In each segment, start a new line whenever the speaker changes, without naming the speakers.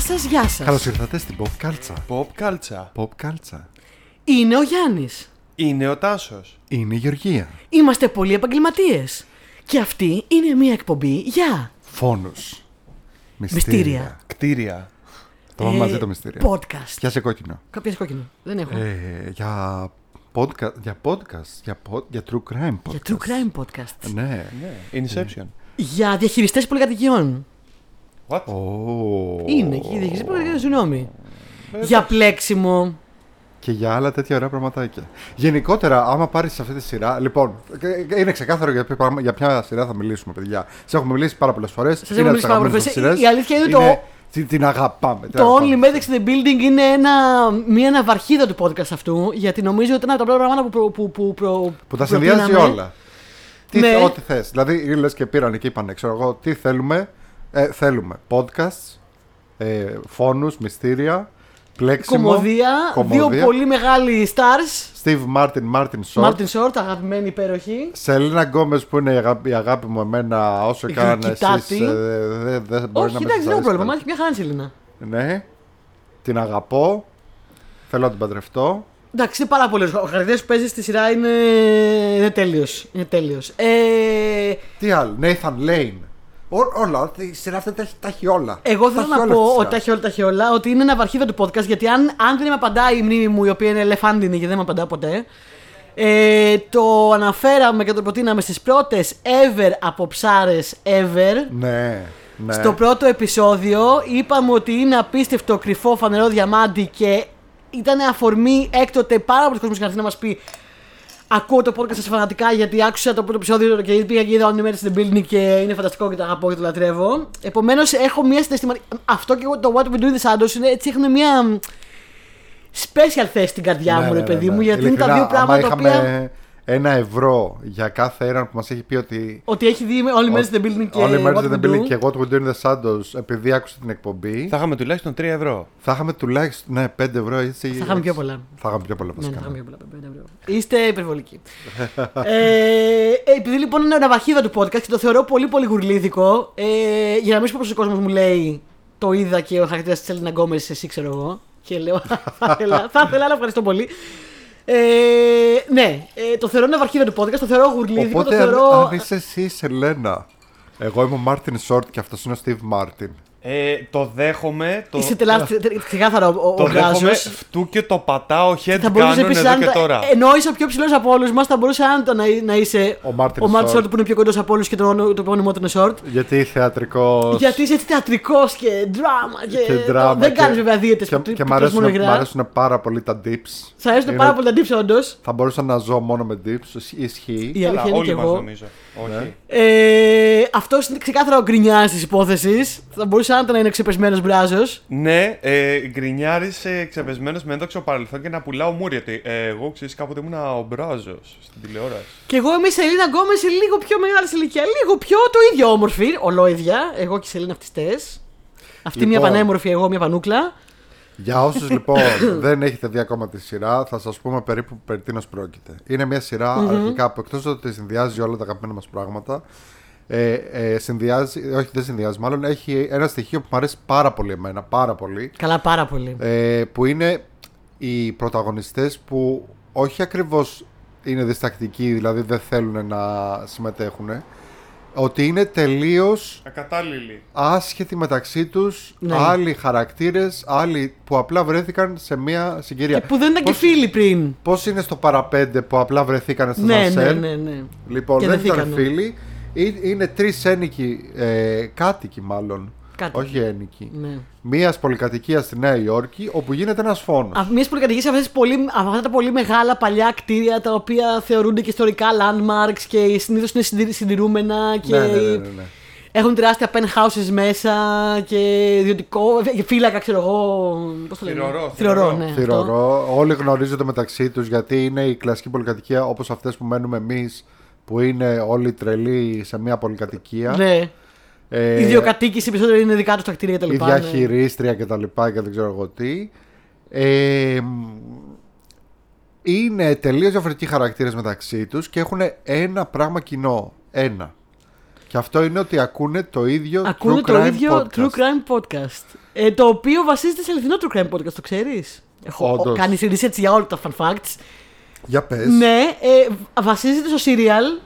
σας, γεια σας.
Καλώς ήρθατε στην Pop Κάλτσα.
Pop κάλτσα.
Pop Κάλτσα.
Είναι ο Γιάννης.
Είναι ο Τάσος.
Είναι η Γεωργία.
Είμαστε πολλοί επαγγελματίες. Και αυτή είναι μια εκπομπή για.
Φόνο.
Μυστήρια.
Κτίρια.
Το πάμε
ε,
μαζί το μυστήρια.
Podcast.
Πιάσε κόκκινο.
Κάποια κόκκινο. Δεν έχω.
Ε, για, podcast, για podcast. Για, pod- για true crime podcast.
για true crime podcast.
Ναι.
Ναι. Inception.
Για διαχειριστές πολυκατοικιών.
What?
Ω. Ε,
Είναι και οι διαχειριστέ πολυκατοικιών, συγγνώμη. Για πλέξιμο.
Και για άλλα τέτοια ωραία πραγματάκια. Γενικότερα, άμα πάρεις αυτή τη σειρά. Λοιπόν, ε, είναι ξεκάθαρο για, ποιο πράγμα- για ποια σειρά θα μιλήσουμε, παιδιά. Σα έχουμε μιλήσει πάρα πολλές φορές. Σας
έχουμε μιλήσει πάρα πολλές φορές. Η- η αλήθεια είναι το-
Την, την αγαπάμε. την
Το
αγαπάμε.
Only Medics in the Building είναι ένα, μια αναβαρχίδα του podcast αυτού, γιατί νομίζω ότι είναι από τα πρώτα πράγματα που, προ, που, που, προ-
Που τα
προτείναμε.
συνδυάζει όλα. Τι,
Ναι.
Ό,τι θες. Δηλαδή, λες και πήραν και είπαν, ξέρω εγώ, τι θέλουμε. Ε, θέλουμε podcasts, ε, φόνους, μυστήρια, πλέξιμο.
Κομμωδία, δύο
κομμωδία.
πολύ μεγάλοι stars.
Steve Martin, Martin Short.
Μάρτιν Σόρτ, αγαπημένη υπέροχη.
Σελίνα Γκόμες που είναι η αγάπη, η αγάπη μου εμένα, όσο
Η
και αν
γλυκητάτη.
εσείς, ε, δεν δεν μπορεί
Όχι,
να
εντάξει,
με
δεν έχω
συγχαρείς
πρόβλημα.
πάλι.
Μάχη μια χαρά είναι η Σελίνα.
Ναι. Την αγαπώ. Θέλω να την παντρευτώ.
Εντάξει, είναι πάρα πολλές. Ο χαρακτήρα που παίζει στη σειρά είναι, είναι τέλειος. Είναι τέλειος. Ε,
Τι άλλο, Nathan Lane. Ό, όλα, η σειρά αυτή τα έχει, τα έχει όλα.
εγώ
Τα
θέλω
έχει
να
όλα
πω
αυτή η
ότι τα
σειρά.
έχει όλα, τα έχει όλα, ότι είναι ένα βαρχίδα του podcast. Γιατί αν, αν δεν με απαντάει η μνήμη μου, η οποία είναι ελεφάντινη και δεν με απαντά ποτέ, ε, το αναφέραμε και το προτείναμε στις πρώτες ever από ψάρες ever.
Ναι, ναι.
Στο πρώτο επεισόδιο είπαμε ότι είναι απίστευτο κρυφό φανερό διαμάντι και ήταν αφορμή έκτοτε πάρα πολλοί κόσμος στην Αθήνα να μας πει Ακούω το podcast σας φανατικά γιατί άκουσα το πρώτο επεισόδιο και πήγα και είδα Only Murders in the Building και είναι φανταστικό και το αγαπώ και το λατρεύω. Επομένως έχω μια συναισθηματική... Αυτό και εγώ το What We Do in the Shadows είναι, έτσι έχουν μια special θέση στην
Ναι,
καρδιά μου, ρε παιδί μου, γιατί είναι τα δύο
Ειλικρινά, άμα
πράγματα τα οποία...
είχαμε ένα ευρώ για κάθε έναν που μας έχει πει ότι.
Ότι έχει δει Only Murders in the Building και
Όλοι
What
μέρε
We
δεν
Do.
πήρε και εγώ του Windows in the Shadows επειδή άκουσα την εκπομπή.
Θα είχαμε τουλάχιστον 3 ευρώ.
Θα είχαμε τουλάχιστον ναι, 5 ευρώ έτσι. Θα
είχαμε πιο πολλά.
Θα είχαμε πιο πολλά
Ναι,
βασικά.
τα είχαμε πολλά, πέντε ευρώ. Είστε υπερβολικοί. ε, επειδή λοιπόν είναι αναβαχίδα του podcast και το θεωρώ πολύ πολύ γουρλίδικο, ε, για να μην σου πω πως ο κόσμος μου λέει το είδα και ο χαρακτήρας της Έλληνα Γκόμες, εσύ ξέρω εγώ. Και λέω, θα ήθελα, θα ήθελα, αλλά ευχαριστώ πολύ. Ε, ναι, ε, το θεωρώ αναβαχίδα του podcast, το θεωρώ γουρλίδικο,
ναι. Οπότε
το
αν,
θεωρώ.
αν είσαι εσύ η Σελένα, εγώ είμαι ο Μάρτιν Σόρτ και αυτός είναι ο Στίβ Μάρτιν.
Ε, το δέχομαι. Το,
Είσαι τελάς, ξεκάθαρα ο, ο,
το
ο
δέχομαι.
Γκάζος.
Φτού και το πατάω head
Θα μπορούσε
κάνουν
επίσης,
εδώ
αν
και τώρα.
τα- ενώ είσαι ο πιο ψηλός από όλους μας, θα μπορούσε άνετα να, να είσαι
Ο Μάρτιν
Σόρτ
Σόρτ.
που είναι πιο κοντός από όλους και το, όνο- το επώνυμό του είναι Σόρτ.
Γιατί θεατρικός.
Γιατί είσαι έτσι θεατρικός και δράμα και.
και δράμα.
δεν
και-
κάνεις βέβαια δίαιτες
Και,
που
και,
που
μ'
τρως μόνο
αρέσουν, μ'
υγρά.
αρέσουν πάρα πολύ τα dips.
Σ' αρέσουν
Είναι-
πάρα πολύ τα ντύψη, όντως.
Θα μπορούσα να ζω μόνο με dips. ισχύ- Ισχύει.
Η αλήθεια είναι και
όλοι μας
εγώ. Ναι.
νομίζω. Όχι.
Ε, Αυτός είναι ξεκάθαρα ο γκρινιά της υπόθεσης. Θα μπορούσε άνετα να είναι ξεπεσμένος μπράζος.
Ναι, ε, γκρινιάρη ε, ξεπεσμένος με ένδοξο παρελθόν και να πουλάω μούρια. ότι, ε, εγώ ξέρεις κάποτε ήμουν ο Μπράζος στην τηλεόραση.
Και εγώ είμαι η Σελίνα Γκόμες, λίγο πιο μεγάλης σε ηλικία. Λίγο πιο το ίδιο όμορφη. Ολόιδια. Εγώ και η Σελίνα αυτιστές. Αυτή μια
Λοιπόν.
πανέμορφη, εγώ μια πανούκλα.
Για όσους λοιπόν δεν έχετε δει ακόμα τη σειρά, θα σας πούμε περίπου περί τίνος πρόκειται. Είναι μια σειρά αρχικά που εκτός ότι συνδυάζει όλα τα αγαπημένα μας πράγματα, ε, ε, συνδυάζει, όχι δεν συνδυάζει, μάλλον έχει ένα στοιχείο που μου αρέσει πάρα πολύ εμένα, πάρα πολύ,
Καλά, πάρα πολύ.
ε, που είναι οι πρωταγωνιστές που όχι ακριβώς είναι διστακτικοί, δηλαδή δεν θέλουν να συμμετέχουν, ότι είναι τελείως
Ακατάλληλη.
άσχετοι μεταξύ τους,
Ναι.
άλλοι χαρακτήρες, άλλοι που απλά βρέθηκαν σε μια συγκυρία.
Και που δεν ήταν και
Πώς-
φίλοι πριν.
Πώς είναι στο παραπέντε που απλά βρεθήκαν στο
Ναι, ναι,
Σανσέρ.
ναι, ναι.
Λοιπόν,
Και
δεν
δεθήκανε.
ήταν φίλοι. Ε- Είναι τρεις ένικοι, ε, κάτοικοι μάλλον.
Κάτοικοι.
Όχι ένικοι.
ναι.
Μίας πολυκατοικίας στη Νέα Υόρκη, όπου γίνεται ένας φόνος.
Μια πολυκατοικίας αυτές αυτά τα πολύ μεγάλα παλιά κτίρια τα οποία θεωρούνται και ιστορικά landmarks και συνήθως είναι συντηρη- συντηρούμενα και
Ναι, ναι, ναι, ναι, ναι.
έχουν τεράστια penthouses μέσα και ιδιωτικό. και φύλακα, ξέρω εγώ. Πώς το λένε.
Θυρωρό,
Θυρωρό,
θυρωρό.
ναι. αυτό.
Θυρωρό. Όλοι γνωρίζονται μεταξύ τους γιατί είναι η κλασική πολυκατοικία όπως αυτές που μένουμε εμείς, που είναι όλοι τρελοί σε μια πολυκατοικία.
Ναι.
Ε,
Η ιδιοκατοίκηση περισσότερο είναι δικά τους τα ναι. κτίρια κτλ.
η διαχειρίστρια και τα λοιπά και δεν ξέρω εγώ τι. Ε, μ, είναι τελείως διαφορετικοί χαρακτήρες μεταξύ τους και έχουν ένα πράγμα κοινό. Ένα. Και αυτό είναι ότι ακούνε το ίδιο
Ακούνε
true
το
crime
ίδιο
podcast.
true crime podcast. Ε, το οποίο βασίζεται σε αληθινό true crime podcast, το ξέρεις. Έχω
Όντως.
κάνεις research για όλα τα fun facts.
Για πες.
Ναι, ε, βασίζεται στο serial.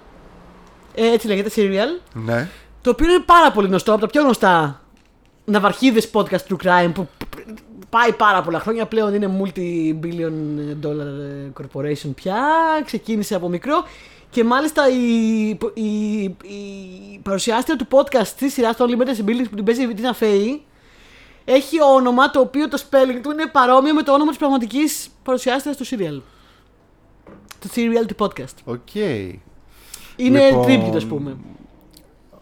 Ε, έτσι λέγεται, serial.
Ναι.
Το οποίο είναι πάρα πολύ γνωστό, από τα πιο γνωστά ναυαρχίδες podcast true crime που πάει πάρα πολλά χρόνια. Πλέον είναι multi-billion dollar ε, corporation πια. Ξεκίνησε από μικρό. Και μάλιστα η, η, η παρουσιάστρια του podcast της σειράς των Limited Siblings που την παίζει η Τίνα Φέη έχει όνομα το οποίο το spelling του είναι παρόμοιο με το όνομα της πραγματικής παρουσιάστριας του serial. Του serial του podcast.
Οκ.
Είναι
Λοιπόν,
τρίπτυτο, ας πούμε.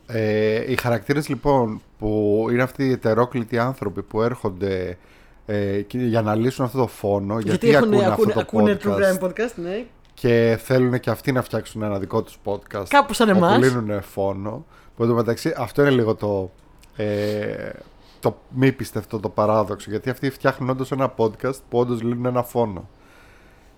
Ε, οι χαρακτήρες λοιπόν που είναι αυτοί οι ετερόκλητοι άνθρωποι που έρχονται ε, και- για να λύσουν αυτό το φόνο, γιατί,
έχουνε-
ακούνε,
ακούνε,
αυτό το
ακούνε
podcast
true crime podcast, ναι.
και θέλουν και αυτοί να φτιάξουν ένα δικό τους podcast.
Κάπως σαν
όπου
εμάς.
λύνουν φόνο. Που εν τω μεταξύ αυτό είναι λίγο το, ε, το μη πιστευτό το παράδοξο, γιατί αυτοί φτιάχνουν όντως ένα podcast που όντως λύνουν ένα φόνο.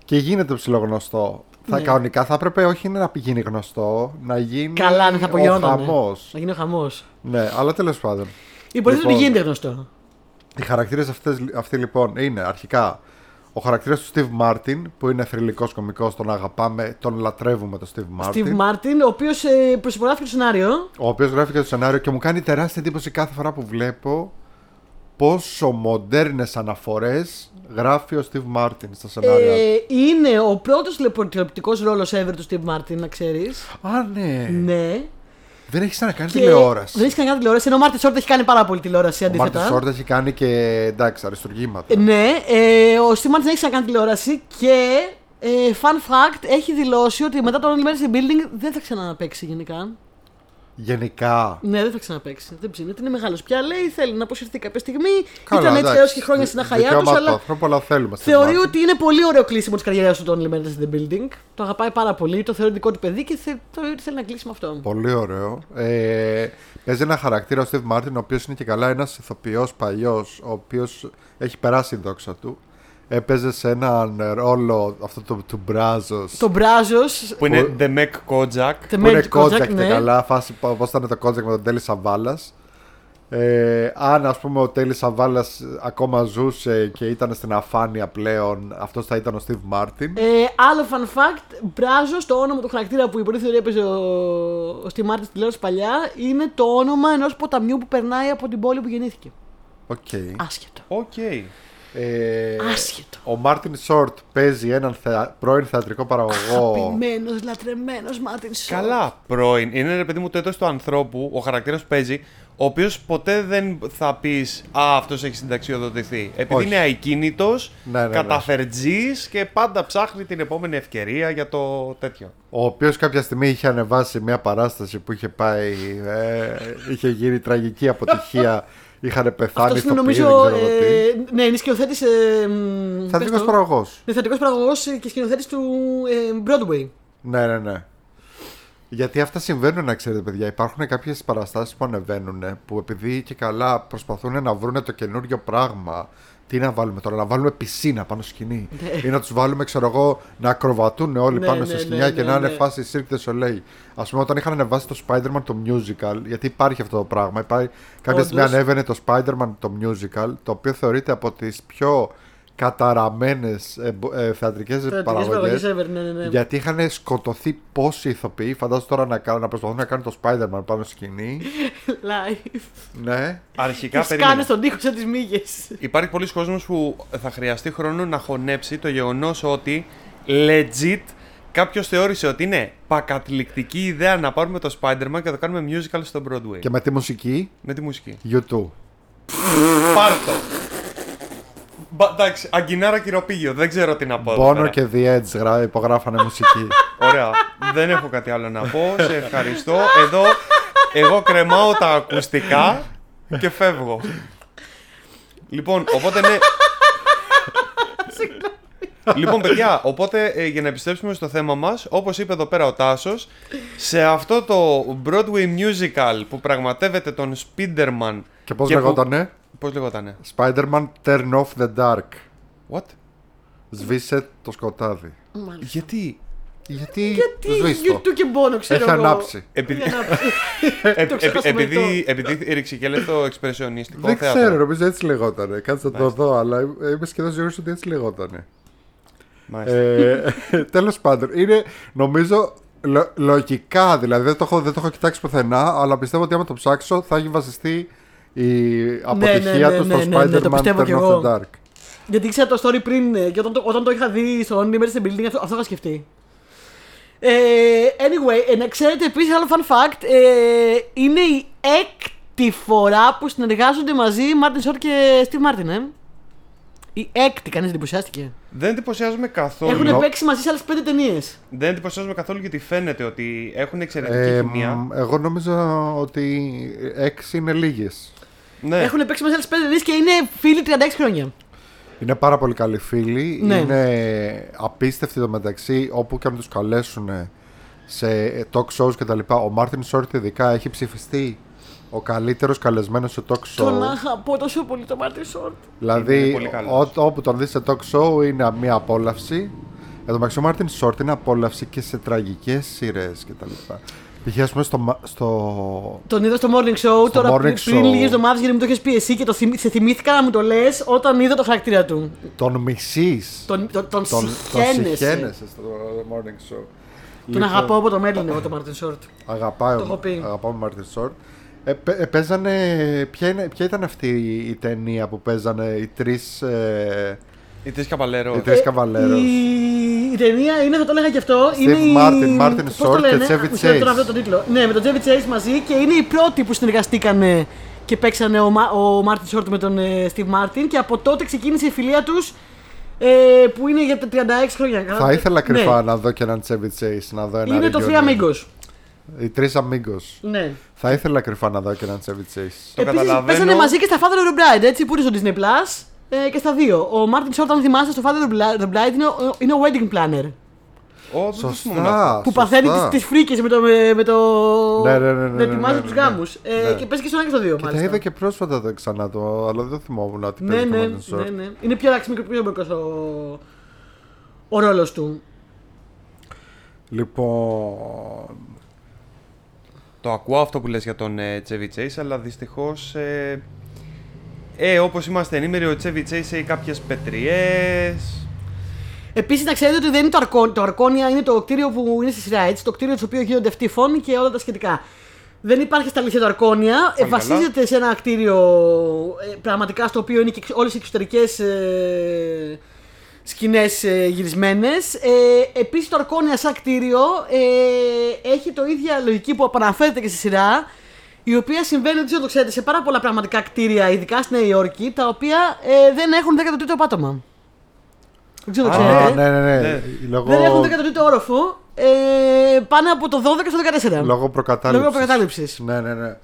Και γίνεται ψηλογνωστό. Θα
Ναι.
κανονικά θα έπρεπε όχι να γίνει γνωστό, να γίνει
Καλά, ναι, θα
ο
απογειώνονταν.
χαμός.
Να γίνει ο χαμός.
Ναι, αλλά τέλος πάντων.
Υποτίθεται ότι
Λοιπόν.
γίνεται γνωστό.
Οι χαρακτήρες αυτοί λοιπόν είναι αρχικά ο χαρακτήρας του Steve Martin που είναι θρηλυκός κωμικό, τον αγαπάμε, τον λατρεύουμε τον Steve Martin.
Steve Martin, ο οποίος ε, προσυπογράφει το σενάριο.
Ο οποίος γράφει και το σενάριο και μου κάνει τεράστια εντύπωση κάθε φορά που βλέπω πόσο μοντέρνες αναφορές γράφει ο Steve Martin στα σενάρια.
Ε, είναι ο πρώτος τηλεοπτικό ρόλος ever του Steve Martin, να ξέρεις.
του. Α, ναι.
Ναι.
Δεν έχεις να κάνει
Και
τηλεόραση.
Δεν έχεις κάνει τηλεόραση. Ενώ ο Μάρτιν Σόρτ έχει κάνει πάρα πολύ τηλεόραση
Ο Μάρτιν
αντίθετα.
Σόρτ έχει κάνει και εντάξει, αριστουργήματα.
Ε, Ναι, ε, ο Steve Martin δεν έχει κάνει τηλεόραση και. Ε, fun fact, έχει δηλώσει ότι μετά τον Only in Building δεν θα ξαναπέξει γενικά.
Γενικά.
Ναι, δεν θα ξαναπέξει. Δεν ψήνεται. Είναι μεγάλος πια. Λέει, θέλει να αποσυρθεί κάποια στιγμή.
Καλά,
Ήταν έτσι
εντάξει.
έως και χρόνια στην
Δικαίωμα
αχαλιά τους,
του
αλλά
ανθρώπου, αλλά θέλουμε. Steve
θεωρεί
Martin.
ότι είναι πολύ ωραίο κλείσιμο της καριέρας του το Only Murders in the Building. Το αγαπάει πάρα πολύ. Το θεωρεί δικό του παιδί και θε- θεωρεί ότι θέλει να κλείσει με αυτό.
Πολύ ωραίο. Ε, παίζει ένα χαρακτήρα ο Steve Martin, ο οποίος είναι και καλά ένας ηθοποιός παλιός, ο οποίος έχει περάσει η δόξα του. Έπαιζε σε έναν ρόλο αυτό το, του Μπράζος.
Το Μπράζος.
Που είναι The Mac Kojak.
Που είναι Κότζακ
ναι.
και καλά, φάση πώς ήταν το Κότζακ με τον Τέλη Σαββάλλα. Ε, αν ας πούμε ο Τέλης Σαββάλλας ακόμα ζούσε και ήταν στην αφάνεια πλέον αυτός θα ήταν ο Steve Martin
Ε, άλλο fun fact, Μπράζος, το όνομα του χαρακτήρα που η πρώτη θεωρία έπαιζε ο, ο Steve Martin στη τηλεόραση παλιά, είναι το όνομα ενός ποταμιού που περνάει από την πόλη που γεννήθηκε.
Οκ.
Άσχετο.
Οκ.
Ε,
Άσχετο.
ο Μάρτιν Σόρτ παίζει έναν θέα- πρώην θεατρικό παραγωγό
Αγαπημένος, λατρεμένος Μάρτιν Σόρτ.
Καλά, πρώην. Είναι ρε παιδί μου το έτος του ανθρώπου, ο χαρακτήρας που παίζει, ο οποίος ποτέ δεν θα πεις Α, αυτός έχει συνταξιοδοτηθεί. Επειδή
Όχι.
είναι αικίνητο,
Ναι, ναι, ναι.
καταφερτζής και πάντα ψάχνει την επόμενη ευκαιρία για το τέτοιο.
Ο οποίος κάποια στιγμή είχε ανεβάσει μια παράσταση που είχε πάει. ε, είχε γίνει τραγική αποτυχία. Είχαν πεθάνει
Αυτό είναι
στο
νομίζω.
δεν ξέρω εγώ τι.
Ε, ναι, είναι σκηνοθέτης. Ε, μ, πες
Θεατρικός
το.
παραγωγός.
Είναι θεατρικός παραγωγός και σκηνοθέτης του ε, Broadway.
Ναι, ναι, ναι. Γιατί αυτά συμβαίνουν, να ξέρετε, παιδιά. Υπάρχουν κάποιες παραστάσεις που ανεβαίνουν που επειδή και καλά προσπαθούν να βρουν το καινούριο πράγμα. Τι να βάλουμε τώρα, να βάλουμε πισίνα πάνω στη σκηνή. ή να τους βάλουμε, ξέρω εγώ, να ακροβατούν όλοι
Ναι,
πάνω
ναι,
στη
ναι,
σκηνιά και
ναι,
να είναι
ναι.
φάση Cirque du Soleil. Ας πούμε, όταν είχαν ανεβάσει το Spider-Man το musical, γιατί υπάρχει αυτό το πράγμα. Υπάρχει, κάποια
Όντως.
στιγμή ανέβαινε το Spider-Man το musical, το οποίο θεωρείται από τις πιο ε, καταραμένε θεατρικές
Θεατρικές
παραγωγές.
παραγωγές ever, ναι, ναι, ναι.
Γιατί είχαν σκοτωθεί πόσοι ηθοποιοί. Φαντάζομαι τώρα να, κάνουν- να προσπαθούν να κάνουν το Spider-Man πάνω στη σκηνή.
Live.
ναι.
Αρχικά
Τις
περίμενα.
κάνε στον τοίχο σαν τις μύγες.
Υπάρχει πολλοί κόσμος που θα χρειαστεί χρόνο να χωνέψει το γεγονός ότι legit κάποιος θεώρησε ότι είναι πακατηληκτική ιδέα να πάρουμε το Spider-Man και να το κάνουμε musical στο Broadway.
Και με τη μουσική,
Με τη μουσική.
YouTube.
Πάρτο. Μπα, εντάξει, αγκινάρα κυροπήγιο, δεν ξέρω τι να πω. εδώ
Bono
πέρα.
και The Edge γρα- υπογράφανε μουσική.
Ωραία. δεν έχω κάτι άλλο να πω. Σε ευχαριστώ. Εδώ εγώ κρεμάω τα ακουστικά και φεύγω. Λοιπόν, οπότε ναι. λοιπόν, παιδιά, οπότε ε, για να επιστρέψουμε στο θέμα μας, όπως είπε εδώ πέρα ο Τάσος, σε αυτό το Broadway musical που πραγματεύεται τον Spiderman.
και πώς λεγότανε,
Πώς λεγότανε.
Spider-Man Turn Off the Dark.
What?
Σβήσε το σκοτάδι.
Γιατί
Γιατί,
Γιατί
σβήστο.
YouTube και μπόνο, ξέρω
Έχει
εγώ.
ανάψει.
Επειδή-
Έχει ανάψει.
Ε,
Το
ε,
ξέχασαμε
επειδή, επειδή ρίξει και λέει το εξπρεσιονιστικό
Δεν
θέατρο. Ναι.
ξέρω, νομίζω έτσι λεγότανε. Κάτσε να το δω, αλλά είμαι σχεδόν σίγουρος ότι έτσι λεγότανε.
Μάλιστα.
ε, Τέλος πάντων, είναι νομίζω λο- λογικά δηλαδή. Δεν το, έχω, δεν το έχω κοιτάξει πουθενά, αλλά πιστεύω ότι άμα το ψάξω θα έχει βασιστεί η αποτυχία
ναι,
του
ναι, ναι,
στο
ναι, το
Spider-Man
πιστεύω
Turn
κι
of
εγώ.
the Dark.
Γιατί ήξερα το story πριν ε, και όταν το, όταν το είχα δει στο Only Mercy Building, αυτό, αυτό είχα σκεφτεί. Ε, anyway, ε, να ξέρετε επίσης άλλο fun fact, ε, είναι η έκτη φορά που συνεργάζονται μαζί Martin Short και Steve Martin, ε. Η έκτη, κανείς εντυπωσιάστηκε.
Δεν εντυπωσιάζουμε καθόλου.
Έχουν
νο-
παίξει μαζί σε άλλες πέντε ταινίες.
Δεν εντυπωσιάζουμε καθόλου γιατί φαίνεται ότι έχουν εξαιρετική
Ε,
χημεία.
μ, εγώ νομίζω ότι έξι είναι λίγες. Ε.
Ναι.
Έχουν παίξει μαζί σε άλλες πέντε ταινίε και είναι φίλοι 36 χρόνια.
Είναι πάρα πολύ καλοί φίλοι.
Ναι.
Είναι απίστευτοι το μεταξύ, όπου και αν τους καλέσουν σε talk shows κτλ. Ο Μάρτιν Σόρτ ειδικά έχει ψηφιστεί ο καλύτερος καλεσμένος σε talk show.
Τον αγαπώ τόσο πολύ το Martin Short.
Δηλαδή,
Είναι πολύ καλός.
ό, όπου τον δεις σε talk show είναι μια απόλαυση. Εδώ μεταξύ ο Μάρτιν Σόρτ είναι απόλαυση και σε τραγικές σειρές κτλ. Π.χ. ας πούμε στο, μα- στο...
Τον είδα στο morning show, τώρα
morning
πριν,
show.
πριν λίγες εβδομάδες γιατί μου το έχει πει εσύ και το θυμ- σε θυμήθηκα να μου το λες όταν είδα το χαρακτήρα του.
τον μισείς.
Τον, τον, τον,
τον
συχαίνεσαι.
συχαίνεσαι στο morning show.
Τον
Λοιπόν.
αγαπάω από το μέλλον εγώ το Martin Short.
Αγαπάει
Το έχω πει.
αγαπάμε Μάρτιν Σόρτ. Ε, πε- ε, παίζανε, ποια, είναι, ποια ήταν αυτή η ταινία που παίζανε οι τρεις, ε,
Η Τρεις Καβαλέρο.
οι τρεις καβαλέρος.
ε, Η, η ταινία είναι, θα το λέγα και αυτό.
Steve
είναι η-
Martin, Martin
πώς
Short
το
και
λένε,
Chevy
μου σκέφτομαι τώρα
Chase.
αυτό το τίτλο. Ναι, με τον Chevy Chase μαζί και είναι οι πρώτοι που συνεργαστήκανε και παίξανε ο, Μα- ο Martin Short με τον ε, Steve Martin και από τότε ξεκίνησε η φιλία τους ε, που είναι για τα 36 χρόνια.
Θα ήθελα κρυφά
Ναι.
να δω και έναν Chevy Chase, να δω ένα
Είναι το
Region.
Three Amigos.
Οι τρεις Amigos.
Ναι.
Θα ήθελα κρυφά να δω και έναν Chevy Chase.
Το
Επίσης,
καταλαβαίνω.
παίζανε μαζί και στα Father of the Bride, έτσι, που είναι στο Disney Plus ε, και στα δύο. Ο Μάρτιν Short, αν θυμάστε, στο Father of the Bride είναι ο, είναι ο wedding planner.
Ω, δεν το θυμόμουν αυτό.
Σωστά.
Που παθαίνει τις,
σωστά.
τις φρίκες με το... Με, με το
Ναι, ναι, ναι, ναι,
να ετοιμάζει
ναι, ναι,
τους
ναι.
γάμους. Ε,
Ναι.
Και παίζει και στο ένα και στο δύο,
Και τα
μάλιστα.
είδα και πρόσφατα το ξανά το, αλλά δεν θυμόμουν ότι
ναι,
παίζει
ναι,
το Martin Short.
ναι, ναι. Είναι πιο εντάξει, μικρό, πιο μικρός ο, ο ρόλος του.
Λοιπόν,
Το ακούω αυτό που λες για τον ε, Chevy Chase, αλλά δυστυχώς... Ε, ε, όπως είμαστε ενήμεροι, ο Chevy Chase έχει κάποιες πετριές...
Επίσης να ξέρετε ότι δεν είναι το Αρκόνια, το Αρκόνια είναι το κτίριο που είναι στη σειρά έτσι, το κτίριο στο οποίο γίνονται αυτοί οι φόνοι και όλα τα σχετικά. Δεν υπάρχει στα αλήθεια το Αρκόνια, ε,
Πάλι
βασίζεται σε ένα κτίριο ε, πραγματικά στο οποίο είναι και εξ- όλες οι εξωτερικές ε, σκηνές ε, γυρισμένες. Ε, επίσης το Αρκόνια σαν κτίριο ε, έχει το ίδια λογική που επαναφέρεται και στη σειρά η οποία συμβαίνει, δεν ξέρω το ξέρετε, σε πάρα πολλά πραγματικά κτίρια, ειδικά στη Νέα Υόρκη, τα οποία ε, δεν έχουν 13ο πάτωμα. Δεν ξέρω, το
Α,
ξέρετε.
ναι, ναι, ναι, ναι.
Ναι.
Λόγω,
Δεν έχουν 13ο όροφο. Ε, πάνε από το 12 στο 14.
λόγω προκατάληψης.
Λόγω προκατάληψης.
Ναι, ναι, ναι.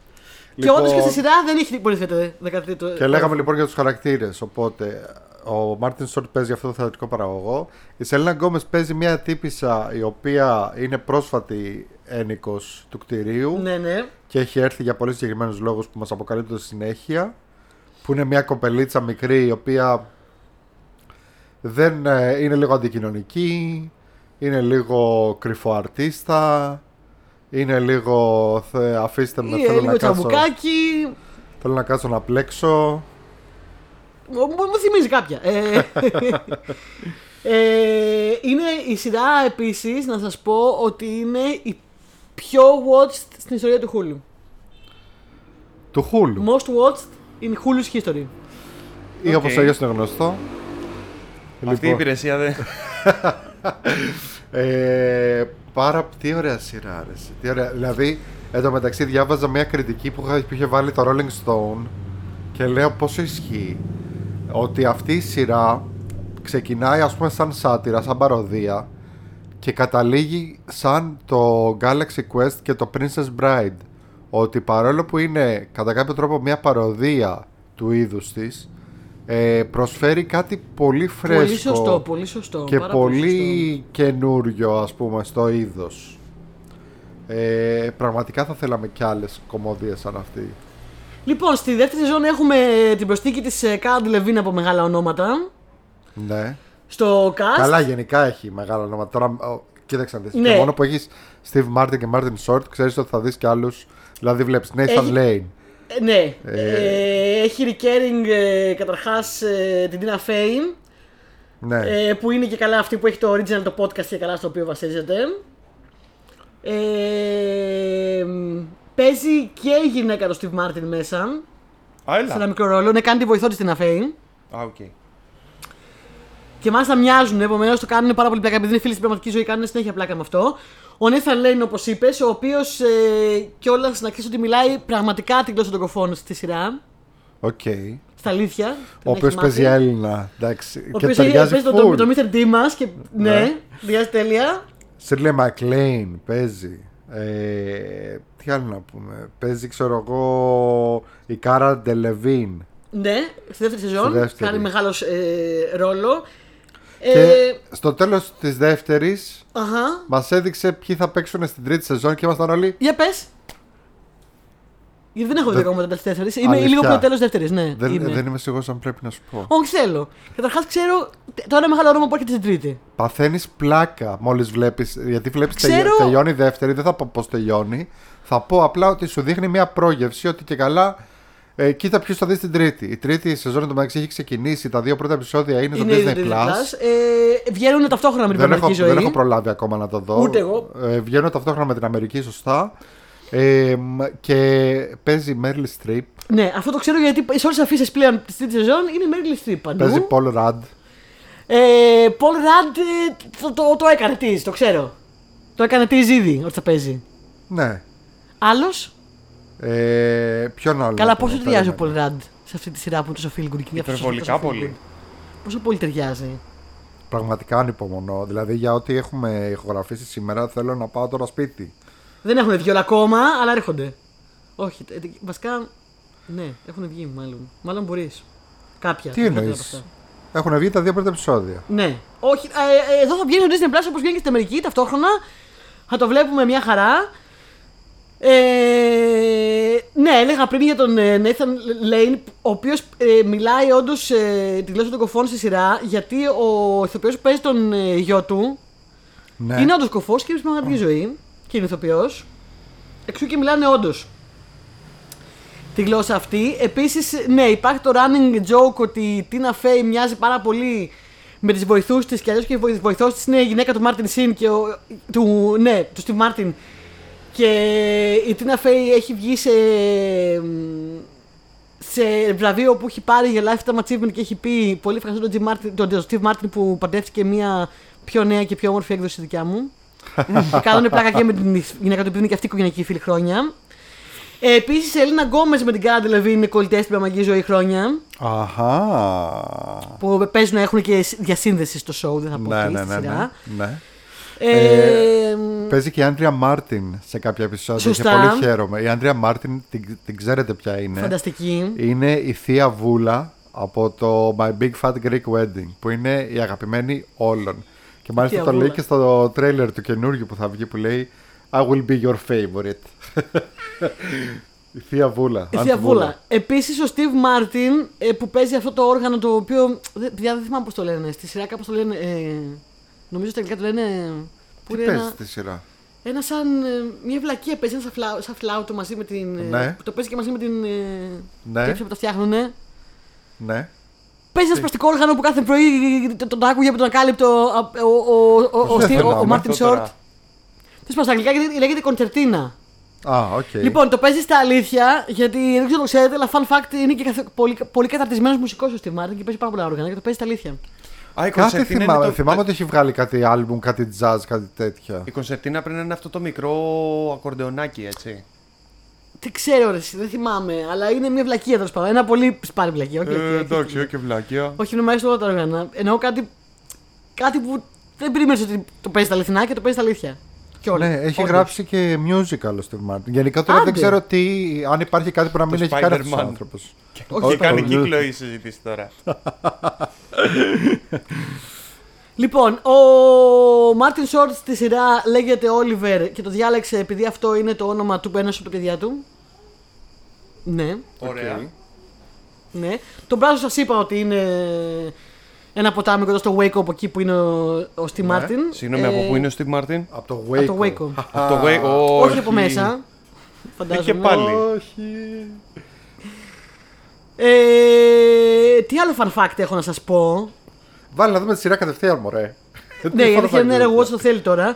Και όντως και στη σειρά δεν έχει υπολοιφθεί 13ο.
Και λέγαμε λοιπόν για τους χαρακτήρες, οπότε... Ο Μάρτιν Σόρτ παίζει αυτό το θεατρικό παραγωγό. Η Σελίνα Γκόμες παίζει μια τύπησα η οποία είναι πρόσφατη ένικος του κτηρίου.
Ναι, ναι.
και έχει έρθει για πολύ συγκεκριμένους λόγους που μας αποκαλύπτουν στη συνέχεια. Που είναι μια κοπελίτσα μικρή η οποία δεν ε, είναι λίγο αντικοινωνική, είναι λίγο κρυφοαρτίστα, είναι λίγο θε, αφήστε με,
Ε,
θέλω να,
Λίγο
κάτσω,
τσαμπουκάκι.
θέλω να κάτσω να πλέξω.
Μου, μου- μου θυμίζει κάποια. Ε, ε, είναι η σειρά επίσης να σας πω ότι είναι η πιο watched στην ιστορία του Hulu.
Του Χούλου
Most watched in Hulu's history.
ή όπως
Οκ.
αλλιώς είναι γνωστό. Λοιπόν.
Αυτή η υπηρεσία δεν...
Ε, πάρα τι ωραία σειρά, ρε. εσύ. Τι ωραία. Δηλαδή, εν τω μεταξύ διάβαζα μια κριτική που, είχα- που είχε βάλει το Rolling Stone και λέω πόσο ισχύει. Ότι αυτή η σειρά ξεκινάει ας πούμε σαν σάτυρα, σαν παροδία και καταλήγει σαν το Galaxy Quest και το Princess Bride. Ότι παρόλο που είναι κατά κάποιο τρόπο μια παροδία του είδους της, ε, προσφέρει κάτι πολύ φρέσκο
Πολύ σωστό, πολύ σωστό.
και
πάρα σωστό.
πολύ καινούριο ας πούμε στο είδος ε, πραγματικά θα θέλαμε κι άλλες κομμωδίες σαν αυτή
Λοιπόν, στη δεύτερη σεζόν έχουμε την προσθήκη της ε, Cara Delevingne από μεγάλα ονόματα
ναι
στο cast.
καλά γενικά έχει μεγάλα ονόματα τώρα ο, Κοίταξε να δεις.
Ναι.
Και μόνο που έχεις Steve Martin και Martin Short, ξέρεις ότι θα δεις κι άλλους. Δηλαδή, βλέπεις Nathan
Έχει-
Lane.
Ε, ναι. Ε, έχει recurring ε, καταρχάς την Tina Fey.
Ναι.
ε, που είναι και καλά αυτή που έχει το original το podcast και καλά στο οποίο βασίζεται. Ε, μ, παίζει και η γυναίκα του Steve Martin μέσα.
Α,
Σε ένα
έλα.
μικρό ρόλο. Ναι, κάνει τη βοηθό της στην Αφέη.
Α, οκ.
Και μάλιστα μοιάζουν, επομένως το κάνουν πάρα πολύ πλάκα. Επειδή είναι φίλοι στην πραγματική ζωή, κάνουν συνέχεια πλάκα με αυτό. Ο Νέθαν Λέιν, όπως είπες, ο οποίος ε, κιόλας να ξέρει ότι μιλάει πραγματικά την γλώσσα των κοφών στη σειρά.
Οκ.
Στα αλήθεια. την
Ο
έχει
οποίο
μάθει.
παίζει Έλληνα. Εντάξει.
Ο
και
οποίος
ταιριάζει
παίζει τον το,
full.
το, Mr. D μα και. Ναι, ταιριάζει τέλεια.
Σίρλε Μακλέιν παίζει. Ε, τι άλλο να πούμε. Παίζει, ξέρω εγώ, η Κάρα Ντελεβίν.
Ναι, στη δεύτερη σεζόν.
δεύτερη.
Κάνει μεγάλος ε, ρόλο. Ε,
Και στο τέλος της δεύτερης
Αχα.
μας έδειξε ποιοι θα παίξουν στην τρίτη σεζόν και ήμασταν όλοι.
Για πες. Γιατί δεν έχω δει
Δεν-
ακόμα τα τέσσερις. Είμαι
Αλήθεια.
λίγο πριν το τέλος δεύτερης. Ναι,
Δεν
είμαι.
δεν είμαι σίγουρος αν πρέπει να σου πω.
Όχι, θέλω. Καταρχάς ξέρω το ένα μεγάλο όνομα που έρχεται στην Τρίτη.
Παθαίνεις πλάκα μόλις βλέπεις. Γιατί βλέπεις
Ξέρω.
τελειώνει η δεύτερη, δεν θα πω πώς τελειώνει. Θα πω απλά ότι σου δείχνει μια πρόγευση ότι και καλά. Ε, κοίτα ποιος θα δει την τρίτη. Η τρίτη σεζόν του μεταξύ έχει ξεκινήσει. Τα δύο πρώτα επεισόδια είναι,
Είναι η
στο Disney
Disney
Plus.
Plus. Ε, βγαίνουν ταυτόχρονα με την
Δεν έχω,
πραγματική ζωή.
δεν έχω προλάβει ακόμα να το δω.
Ούτε εγώ.
Ε, βγαίνω ταυτόχρονα με την Αμερική, σωστά. Ε, μ, και παίζει η Meryl Streep,
Ναι, αυτό το ξέρω γιατί σε όλες τις αφήσεις πλέον τη τρίτη σεζόν είναι η Meryl Streep παντού.
παίζει Paul Rudd.
Ε, Paul Rudd ε, το, το, το έκανε τη, το ξέρω. Το έκανε τη ήδη ότι θα παίζει.
Ναι.
Άλλος.
Ε, ποιον άλλο.
Καλά,
να πω,
πόσο
περίμενε.
ταιριάζει ο Paul Rudd σε αυτή τη σειρά που είναι τόσο feel good. και είναι αυτός ο
ναι. Υπερβολικά
τόσο feel
πολύ.
good. Πόσο πολύ ταιριάζει.
Πραγματικά ανυπομονώ. Δηλαδή για ό,τι έχουμε ηχογραφήσει σήμερα, θέλω να πάω τώρα σπίτι.
Δεν έχουν βγει όλα ακόμα, αλλά έρχονται. Όχι, τε- τε- βασικά. Ναι, έχουν βγει μάλλον. Μάλλον μπορείς. Κάποια.
Τι
λιγότερα
εννοεί.
από αυτά.
Έχουν βγει τα δύο πρώτα επεισόδια.
Ναι. Όχι, ε, ε, εδώ θα βγαίνει ο Disney Plus όπως βγαίνει και στην Αμερική ταυτόχρονα. Θα το βλέπουμε μια χαρά. Ε, ναι, έλεγα πριν για τον ε, Nathan Lane, ο οποίος μιλάει όντως ε, τη γλώσσα των κοφών στη σειρά, γιατί ο ηθοποιός που παίζει τον ε, γιο του
Ναι.
είναι όντως κοφός και είναι στην πραγματική ζωή. Και είναι ηθοποιός. Εξού και μιλάνε όντως τη γλώσσα αυτή. Επίσης, ναι, υπάρχει το running joke ότι η Τίνα Φέι μοιάζει πάρα πολύ με τις βοηθούς της και αλλιώς και η βοηθός της είναι η γυναίκα του Μάρτιν Σιν και ο, του, ναι, του Steve Μάρτιν. Και η Τίνα Φέι έχει βγει σε, σε βραβείο που έχει πάρει για lifetime achievement και έχει πει πολύ ευχαριστώ τον, Jim Martin, τον, τον Steve Martin που παντρεύτηκε μια πιο νέα και πιο όμορφη έκδοση δικιά μου. Κάνουν πλάκα και με την γυναίκα του, επειδή είναι και αυτή η οικογενειακή φίλη χρόνια. Ε, Επίσης, η Ελίνα Γκόμες με την Κάρα Ντελεβίν είναι κολλητές στην πραγματική ζωή χρόνια.
Αχά.
Που παίζουν να έχουν και διασύνδεση στο show, δεν θα πω
Ναι,
τι,
ναι,
στη
ναι,
σειρά.
ναι, ναι.
Ε,
Παίζει και η Άντρια Μάρτιν σε κάποια επεισόδια
Σωστά.
και πολύ χαίρομαι. Η Άντρια Μάρτιν την, την ξέρετε ποια είναι.
Φανταστική.
Είναι η Θεία Βούλα από το My Big Fat Greek Wedding που είναι η αγαπημένη όλων. Και μάλιστα
Θεία
το λέει
Βούλα.
και στο τρέιλερ του καινούριου που θα βγει που λέει I will be your favorite. η Θεία Βούλα.
Η
Aunt
Ε, Θεία Βούλα. Επίσης, ο Steve Μάρτιν ε, που παίζει αυτό το όργανο το οποίο. δε- Παιδιά, δεν θυμάμαι πώς το λένε. Στη σειρά κάπως το λένε. Ε, νομίζω στα αγγλικά το λένε. Που
Τι
είναι
παίζεις
ένα,
στη σειρά.
ένα σαν. ε, μια βλακία παίζει, ένα σαν, φλά, σαν φλάουτο μαζί με την. ε,
Ναι.
που το παίζει και μαζί με την. Ε,
Ναι.
τύψη που τα φτιάχνουνε.
Ναι.
Παίζει ένα σπαστικό όργανο που κάθε πρωί τον, τον άκουγε από τον ακάλυπτο α, ο, ο, ο, ο,
Δεν
Steve- ο,
θυμάμαι
ο Μάρτιν
Αυτό τώρα.
Σόρτ. Τι στα αγγλικά γιατί λέγεται κοντσερτίνα.
Α, οκ.
Λοιπόν, το παίζει στα αλήθεια, γιατί δεν ξέρω το ξέρετε, αλλά fun fact είναι και καθε- πολύ, πολύ καταρτισμένος μουσικός ο Steve Martin και παίζει πάρα πολλά όργανα και το παίζει στα αλήθεια.
Α, η
Κάτι
κονσερτίνα
θυμάμαι.
είναι το-
Θυμάμαι ότι έχει βγάλει κάτι άλμπουμ, κάτι jazz, κάτι τέτοια.
Ε,
Η κονσερτίνα πριν είναι αυτό το μικρό ακορντεονάκι, έτσι.
Τι ξέρω, ρε, εσύ, δεν θυμάμαι, αλλά είναι μια βλακία τέλος πάντων. Ένα πολύ σπάρι βλακία.
Ε,
Όχι, βλακεία, όχι, όχι.
και Ε, βλάκια.
όχι να μου αρέσουν όλα τα όργανα. Εννοώ κάτι, κάτι που δεν περίμενες ότι το παίζεις στα αληθινά και το παίζεις στα αλήθεια. Και όλα.
Ναι, έχει
Όντως.
γράψει και musical ο Steve Martin. Γενικά τώρα
Άντε.
δεν ξέρω τι, αν υπάρχει κάτι που να μην έχει κάνει αυτός ο
Spider-Man.
άνθρωπο.
Όχι,
Και κάνει
το-
κύκλο η συζήτηση τώρα.
Λοιπόν, ο Μάρτιν Σόρτ στη σειρά λέγεται Όλιβερ και το διάλεξε επειδή αυτό είναι το όνομα του ενό από τα παιδιά του. Ναι.
Ωραία.
Ναι. Τον Μπράζο σας είπα ότι είναι ένα ποτάμι κοντά στο Wake Up εκεί που είναι ο, ο Steve Martin.
Ναι. Συγγνώμη,
Ε,
από πού είναι ο Steve Martin.
Από το Waco.
από το Wake Up.
Από το Way.
Όχι από μέσα. Φαντάζομαι.
Και πάλι.
Όχι.
Ε, τι άλλο fun fact έχω να σας πω.
Βάλε να δούμε τη σειρά κατευθείαν, μωρέ.
ναι, η αλήθεια είναι ναι, ρε,
εγώ
εγώ το θέλει τώρα.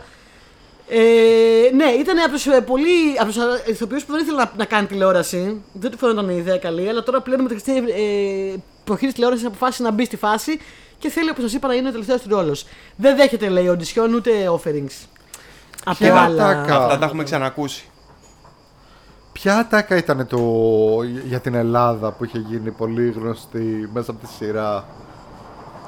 Ε, ναι, ήταν από τους πολύ. από τους ηθοποιούς που δεν ήθελα να, να κάνει τηλεόραση. Δεν του φαίνονταν η ιδέα καλή, αλλά τώρα πλέον μεταξύ ε, εποχή της τηλεόρασης αποφάσισε να μπει στη φάση και θέλει, όπως σας είπα, να είναι ο τελευταίος του ρόλο. Δεν δέχεται, λέει, audition ούτε offerings. Απ'
Ποια
τα άλλα.
τάκα.
Αυτά τα έχουμε ξανακούσει.
Ποια τάκα ήταν το για την Ελλάδα που είχε γίνει πολύ γνωστή μέσα από τη σειρά.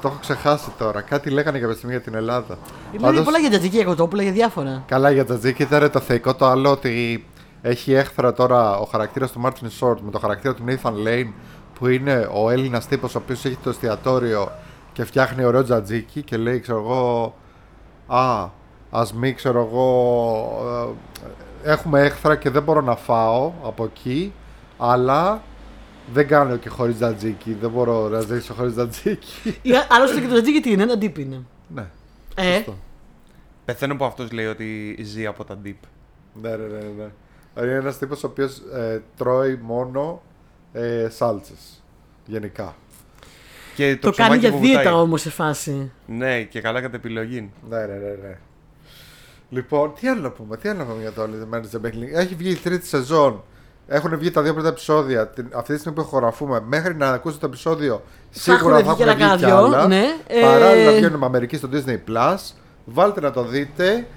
Το έχω ξεχάσει τώρα. Κάτι λέγανε κάποια στιγμή για την Ελλάδα.
Δηλαδή πολλά για τζατζική κοτόπουλα, για διάφορα.
Καλά για Τζατζίκη ήταν ρε, το θεϊκό το άλλο ότι έχει έχθρα τώρα ο χαρακτήρας του Μάρτιν Σόρτ με το χαρακτήρα του Nathan Lane που είναι ο Έλληνας τύπος ο οποίος έχει το εστιατόριο και φτιάχνει ωραίο τζατζίκι και λέει ξέρω εγώ Α, ας μην ξέρω εγώ ε, έχουμε έχθρα και δεν μπορώ να φάω από εκεί αλλά δεν κάνω και χωρίς τζατζίκι, δεν μπορώ να ζήσω χωρίς τζατζίκι.
Ή, Άλλωστε και το τζατζίκι τι είναι, ένα τύπη είναι.
ναι,
Ε,
αυτό.
Πεθαίνω που αυτός λέει ότι ζει από τα deep.
Ναι, ναι, ναι. ναι. Είναι ένας τύπος ο οποίος τρώει μόνο ε, σάλτσες. Γενικά.
Και το,
το κάνει
ψωμάκι
για
που βουτάει.
δίαιτα όμως σε φάση.
Ναι, και καλά κατά επιλογή.
Ναι, ναι, ναι, ναι. Λοιπόν, τι άλλο να πούμε, τι άλλο να πούμε για το Only the Manager Baking. Έχει βγει η τρίτη σεζόν. Έχουν βγει τα δύο πρώτα επεισόδια. Την, αυτή τη στιγμή που χωραφούμε, μέχρι να ακούσετε το επεισόδιο, σίγουρα θα
έχουν βγει
έχουν
άλλα
βγει κι
κανένα δυο,
άλλα.
ναι. Ε,
Παράλληλα, βγαίνουμε Αμερική στο Disney Plus. Βάλτε να το δείτε.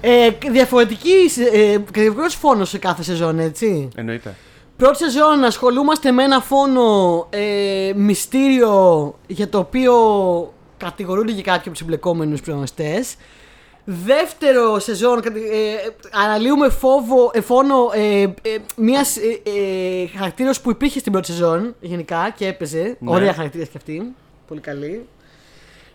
Ε, διαφορετική, σε- ε, διαφορετικός φόνος σε κάθε σεζόν, έτσι.
Εννοείται.
Πρώτη σεζόν ασχολούμαστε με ένα φόνο ε, μυστήριο για το οποίο κατηγορούνται και κάποιοι από τους εμπλεκόμενους προγνωστές. Δεύτερο σεζόν κατη- ε, ε, αναλύουμε φόβο, ε, φόνο ε, ε, μιας ε, ε, χαρακτήρας που υπήρχε στην πρώτη σεζόν γενικά και έπαιζε.
Ναι.
Ωραία χαρακτήρα και αυτή. Πολύ καλή.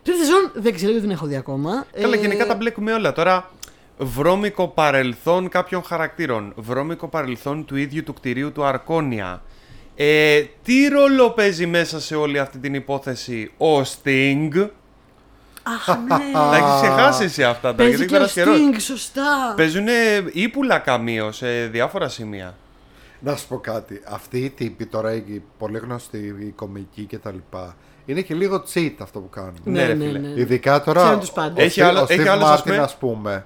Τρίτη σεζόν δεν ξέρω γιατί δεν έχω δει ακόμα.
Καλά,
Ε,
γενικά τα μπλέκουμε όλα. Τώρα, βρώμικο παρελθόν κάποιων χαρακτήρων. Βρώμικο παρελθόν του ίδιου του κτηρίου του Αρκόνια. Ε, τι ρόλο παίζει μέσα σε όλη αυτή την υπόθεση ο Sting.
Αχ, ναι.
Τα έχεις ξεχάσει εσύ αυτά τώρα,
Παίζει
γιατί
και ο
πέρασε καιρός.
Sting, σωστά.
Παίζουν ύπουλα καμίως σε διάφορα σημεία.
Να σου πω κάτι. Αυτή η τύπη τώρα, η πολύ γνωστή, η κομική κτλ. Είναι και λίγο cheat αυτό που κάνουν.
Ναι, ρε φίλε.
Ειδικά τώρα.
Ξέρουν τους πάντες.
Έχει
Έχει άλλο-
άλλο, ο
έχει
Steve
άλλος, ας
Martin,
πούμε.
ας πούμε,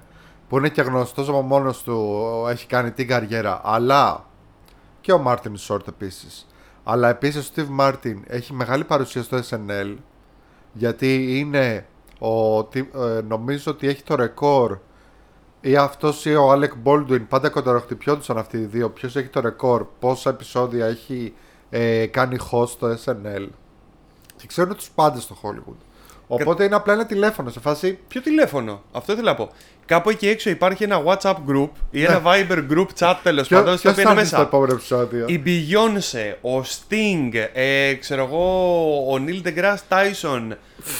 που είναι και γνωστός από μόνος του, έχει κάνει την καριέρα. Αλλά και ο Martin Short επίσης. Αλλά επίσης ο Steve Martin έχει μεγάλη παρουσία στο SNL, γιατί είναι, ο, τι- ε, νομίζω ότι έχει το ρεκόρ ή αυτός ή ο Alec Baldwin, πάντα κονταροχτυπιόντουσαν αυτοί οι δύο, ποιος έχει το ρεκόρ, πόσα επεισόδια έχει ε, κάνει host στο SNL. Και ξέρουν τους πάντες στο Hollywood. Οπότε είναι απλά ένα τηλέφωνο σε φάση
Ποιο τηλέφωνο, αυτό ήθελα να πω. Κάπου εκεί έξω υπάρχει ένα WhatsApp group ή
Ναι.
ένα Viber group chat τέλος
Ποιο-
πάντων. Στο
ποιος
οποίο
θα
είναι
έρθει στο
μέσα.
επόμενο επεισόδιο.
Η Beyoncé, ο Sting, ε, ξέρω εγώ, ο Neil deGrasse Tyson,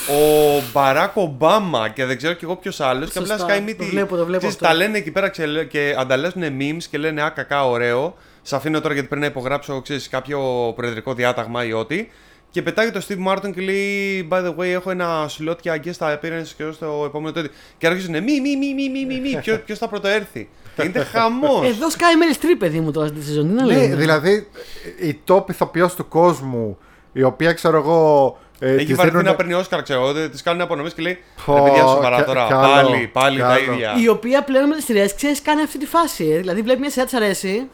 ο Barack Obama και δεν ξέρω κι εγώ ποιος άλλος. Και απλά
Σωστά,
σκάει
το
μύτη.
βλέπω, το βλέπω
Ξέρεις,
αυτό.
Τα λένε εκεί πέρα ξελε- και ανταλλάσσουν memes και λένε Α, κακά, ωραίο. Σ' αφήνω τώρα γιατί πρέπει να υπογράψω ξέρεις, κάποιο προεδρικό διάταγμα ή ό,τι. Και πετάει το Steve Martin και λέει By the way, έχω ένα slot για αγγέστα appearance και στο επόμενο τέτοιο. Και αρχίζουν μη, μη, μη, μη, μη, μη, μη. Ποιο θα πρωτοέρθει. Και γίνεται χαμός.
Εδώ σκάει Meryl Streep, παιδί μου, τώρα στη σεζόν. Τι να
Λοιπόν. Ναι,
λέμε.
δηλαδή η top ηθοποιός του κόσμου, η οποία ξέρω εγώ. Ε,
Έχει
της
βαρεθεί
δίνουνε-
να παίρνει Όσκαρ, ξέρω. Τη κάνουν απονομέ και λέει.
Πω,
Ρε παιδιά, σοβαρά
κα-
τώρα.
κι άλλο,
πάλι, πάλι
κι
τα
άλλο.
ίδια.
Η οποία πλέον με τις σειρές ξέρεις, κάνει αυτή τη φάση. ε. Δηλαδή βλέπει μια σειρά της αρέσει,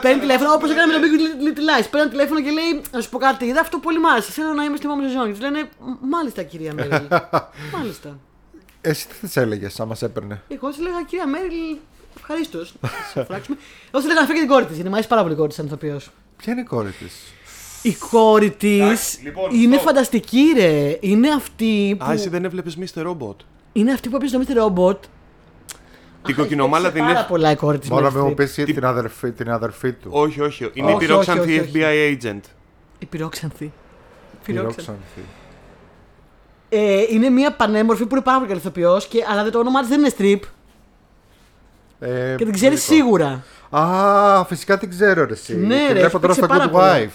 παίρνει τηλέφωνο όπως έκανε με το Big Little Lies. Παίρνει τηλέφωνο και λέει: Να σου πω κάτι, είδα αυτό πολύ μ' άρεσε. Θέλω να είμαι στην επόμενη σεζόν. Και του λένε: Μάλιστα, κυρία Μέριλ. Μάλιστα.
Εσύ τι τη έλεγες, άμα σε έπαιρνε.
Εγώ τη λέγα: Κυρία Μέριλ, ευχαρίστως. Εγώ τη λέγα να φύγει την κόρη της, γιατί μου αρέσει πάρα πολύ η κόρη της σαν ηθοποιό.
Ποια είναι η κόρη της.
Η κόρη της
Εντάξει, λοιπόν,
είναι
stop.
φανταστική, ρε. Είναι αυτή
Α, εσύ
που.
δεν έβλεπες Mr. Robot.
Είναι αυτή που έπαιζε το Mr. Robot.
Την κοκκινομάλα
Έχει
την
πάρα
έχει.
πολλά η κόρη της.
Μόνο να μου πει την αδερφή, την αδερφή του.
Όχι, όχι. Είναι η
Όχι, όχι,
πυρόξανθη
όχι,
FBI agent.
Η πυρόξανθη.
Η
Πυρόξανθη.
Roxanne.
Ε, είναι μια πανέμορφη που είναι πάρα πολύ καλή ηθοποιός και αλλά το όνομά της δεν είναι strip
Ε,
και την ξέρεις
λογικό.
σίγουρα.
Α, φυσικά την ξέρω ρε, εσύ.
Ναι,
την
ρε,
βλέπω
έχει
τώρα
παίξει
στο
πάρα
Good
πολλά.
Wife.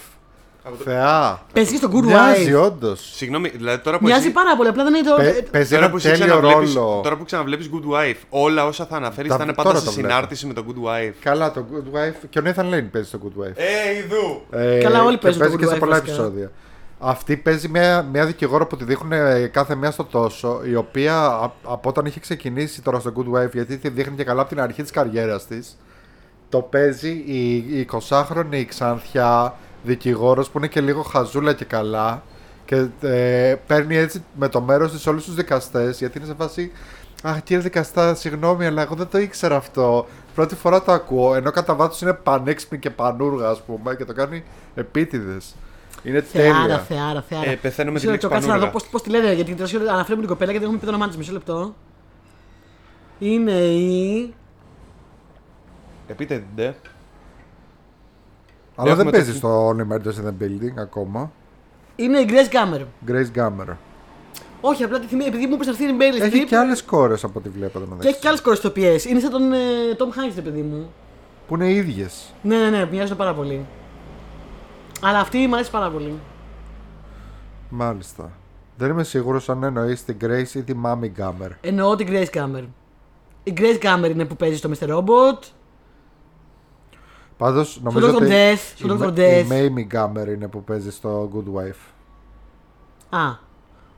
Θεά.
Παίζει και στον Good
Μοιάζει
Wife.
όντως.
Συγγνώμη, δηλαδή τώρα που
Μοιάζει
εσύ-
πάρα πολύ. Απλά δεν είναι το. ε,
Παίζει
Τώρα
ένα
που, εσύ
τέλειο
ξαναβλέπεις,
ρόλο.
τώρα που ξαναβλέπεις Good Wife, όλα όσα θα αναφέρεις
Τα-
θα είναι
τώρα
πάντα
το
σε
βλέπω.
συνάρτηση με το Good Wife.
Καλά, το Good Wife. Και ο Nathan Lane παίζει το Good Wife.
Ε, ειδού!
Ε,
Καλά, όλοι
και
παίζουν
Παίζει
το
και σε
Good Wife
πολλά
βασικά.
επεισόδια. Αυτή παίζει μια, μια δικηγόρο που τη δείχνουν ε, κάθε μία στο τόσο, η οποία α- από όταν είχε ξεκινήσει τώρα στο Good Wife, γιατί τη δείχνει και καλά από την αρχή της καριέρας της, το παίζει η, η 20χρονη Ξάνθια δικηγόρος που είναι και λίγο χαζούλα και καλά. Και ε, παίρνει έτσι με το μέρος της όλους τους δικαστές, γιατί είναι σε φάση. Αχ, κύριε δικαστά, συγγνώμη, αλλά εγώ δεν το ήξερα αυτό. Πρώτη φορά το ακούω, ενώ κατά βάθος είναι πανέξυπνη και πανούργα, ας πούμε, και το κάνει επίτηδες. Είναι
Θεάρα,
τέλεια.
θεάρα, θεάρα.
Ε, πεθαίνω με
Μισό
την
λεπτό, Κάτσε να δω
εξπανούρα.
πώς πώς τη λένε, γιατί την ώρα αναφέρουμε την κοπέλα και δεν έχουμε πει το όνομά της. Μισό λεπτό. Είναι η.
Ε, πείτε ντε.
Αλλά δεν
Έχουμε
παίζει
το-
στο Only Murders in the Building ακόμα.
Είναι η Grace Gummer.
Grace Gummer.
Όχι, απλά τη θυμίζω, επειδή μου είπε αυτή την Bailey
Έχει
Strip
και άλλες κόρες από ό,τι βλέπω εδώ
και έχει
μεταξύ.
και άλλες κοριστοποιέ. Είναι σαν τον ε, Tom Hanks, ρε παιδί μου.
Που είναι ίδιες.
Ναι, ναι, ναι, μοιάζουν πάρα πολύ. Αλλά αυτή μου αρέσει πάρα πολύ.
Μάλιστα. Δεν είμαι σίγουρος αν εννοείς την Grace ή τη Mami Gummer.
Εννοώ την Grace Gummer. Η Grace Gummer είναι που παίζει στο Mr. Robot.
Πάντως νομίζω
Dr.
ότι.
Death, στο
η
Dr.
Ma-
Death.
Η Mamie Gummer είναι που παίζει στο Good Wife.
Α,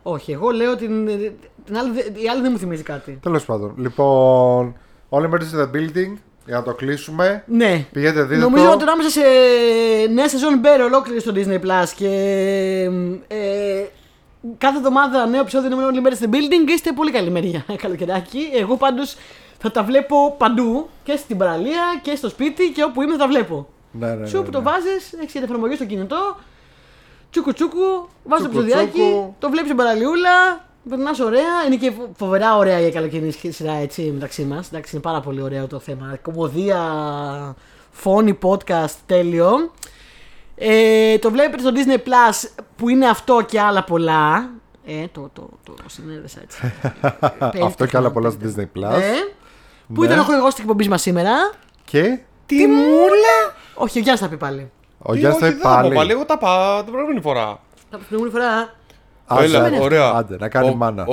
όχι, εγώ λέω την. ε, την άλλη, δε- η άλλη δεν μου θυμίζει κάτι.
Τέλος πάντων. Λοιπόν, Only Murders in the Building, για να το κλείσουμε.
Ναι.
Πηγαίνετε, δείτε
Νομίζω
το.
ότι ανάμεσα σε νέα σεζόν μπέρε ολόκληρη στο Disney Plus και. Ε, κάθε εβδομάδα νέο επεισόδιο είναι όλη μέρα στην building. Είστε πολύ καλή μέρη για καλοκαιράκι. Εγώ πάντως θα τα βλέπω παντού και στην παραλία και στο σπίτι και όπου είμαι θα τα βλέπω.
Ναι, ναι, ναι,
Σου που
ναι.
το βάζεις, έχεις και την εφαρμογή στο κινητό. Τσούκου τσούκου, βάζει το
Τσούκου
ψωδιάκι,
τσούκου.
το βλέπεις στην παραλιούλα. Περνάς ωραία. Είναι και φοβερά ωραία για καλοκαιρινή σειρά έτσι μεταξύ μας. Εντάξει, είναι πάρα πολύ ωραίο το θέμα. Κομμωδία, φόνη, podcast, τέλειο. Ε, το βλέπετε στο Disney Plus που είναι αυτό και άλλα πολλά. Ε, το, το, το συνέδεσα έτσι.
Αυτό και άλλα πολλά στο Disney Plus.
Ε, που
Ναι.
ήταν ο χορηγός της εκπομπής μας σήμερα.
Και.
Τι μούλα!
Όχι, ο Γιάννης θα πει πάλι.
Ο Γιάννης θα πει
Πάλι,
πάλι.
εγώ τα πάω την προηγούμενη φορά.
Θα πει την προηγούμενη φορά.
Άσε,
Έλα, ωραία.
Άντε, να κάνει
Ο-
μάνα.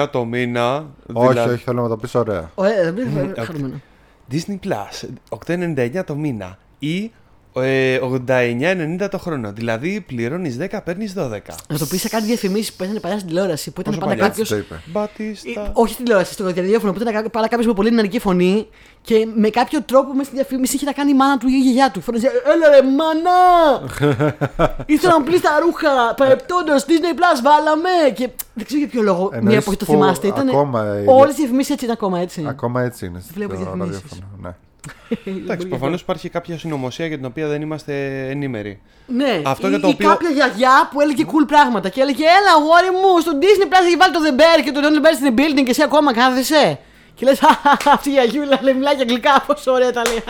8,99 το μήνα.
Όχι,
δηλαδή-
όχι, θέλω να το πεις ωραία.
Ωραία, ε, δεν
Ε,
είναι χαρούμενο.
Disney Plus, 8,99 το μήνα ή ε, 89,90 το χρόνο. Δηλαδή πληρώνεις 10, παίρνεις 12.
Να το πεις σε κάτι διαφημίσεις που παίζανε παλιά στην τηλεόραση που ήταν
Πόσο
πάντα
παλιά της
κάποιος.
το είπε.
Μπατίστα.
Όχι στην τηλεόραση, στο ραδιόφωνο που ήταν κα- πάντα κάποιος με πολύ νεαρική φωνή και με κάποιο τρόπο μες στη διαφήμιση είχε να κάνει η μάνα του ή η γιαγιά του. Φώναζε Έλα ρε μάνα! Ήθελα να μου πλύνει τα ρούχα. Παρεπτόντως, Disney Plus, βάλαμε! Και δεν ξέρω για ποιο λόγο μια
Εννοείς
εποχή το
που
θυμάστε. Ήταν
ακόμα, ε,
όλες οι διαφημίσεις έτσι ήταν ακόμα έτσι.
Ακόμα έτσι είναι. στο
Βλέπω διαφημίσεις.
ραδιόφωνο, Ναι.
Εντάξει, προφανώ υπάρχει κάποια συνωμοσία για την οποία δεν είμαστε ενήμεροι.
Ναι,
Αυτό
ή,
για το
ή
οποίο-
κάποια γιαγιά που έλεγε cool πράγματα και έλεγε Έλα, αγόρι μου, στο Disney Plus έχει βάλει το The Bear και το Don't Bear στην building και εσύ ακόμα κάθεσαι. Και λες, αυτή η γιαγιούλα λέει, μιλάει και αγγλικά, πόσο ωραία τα λέει.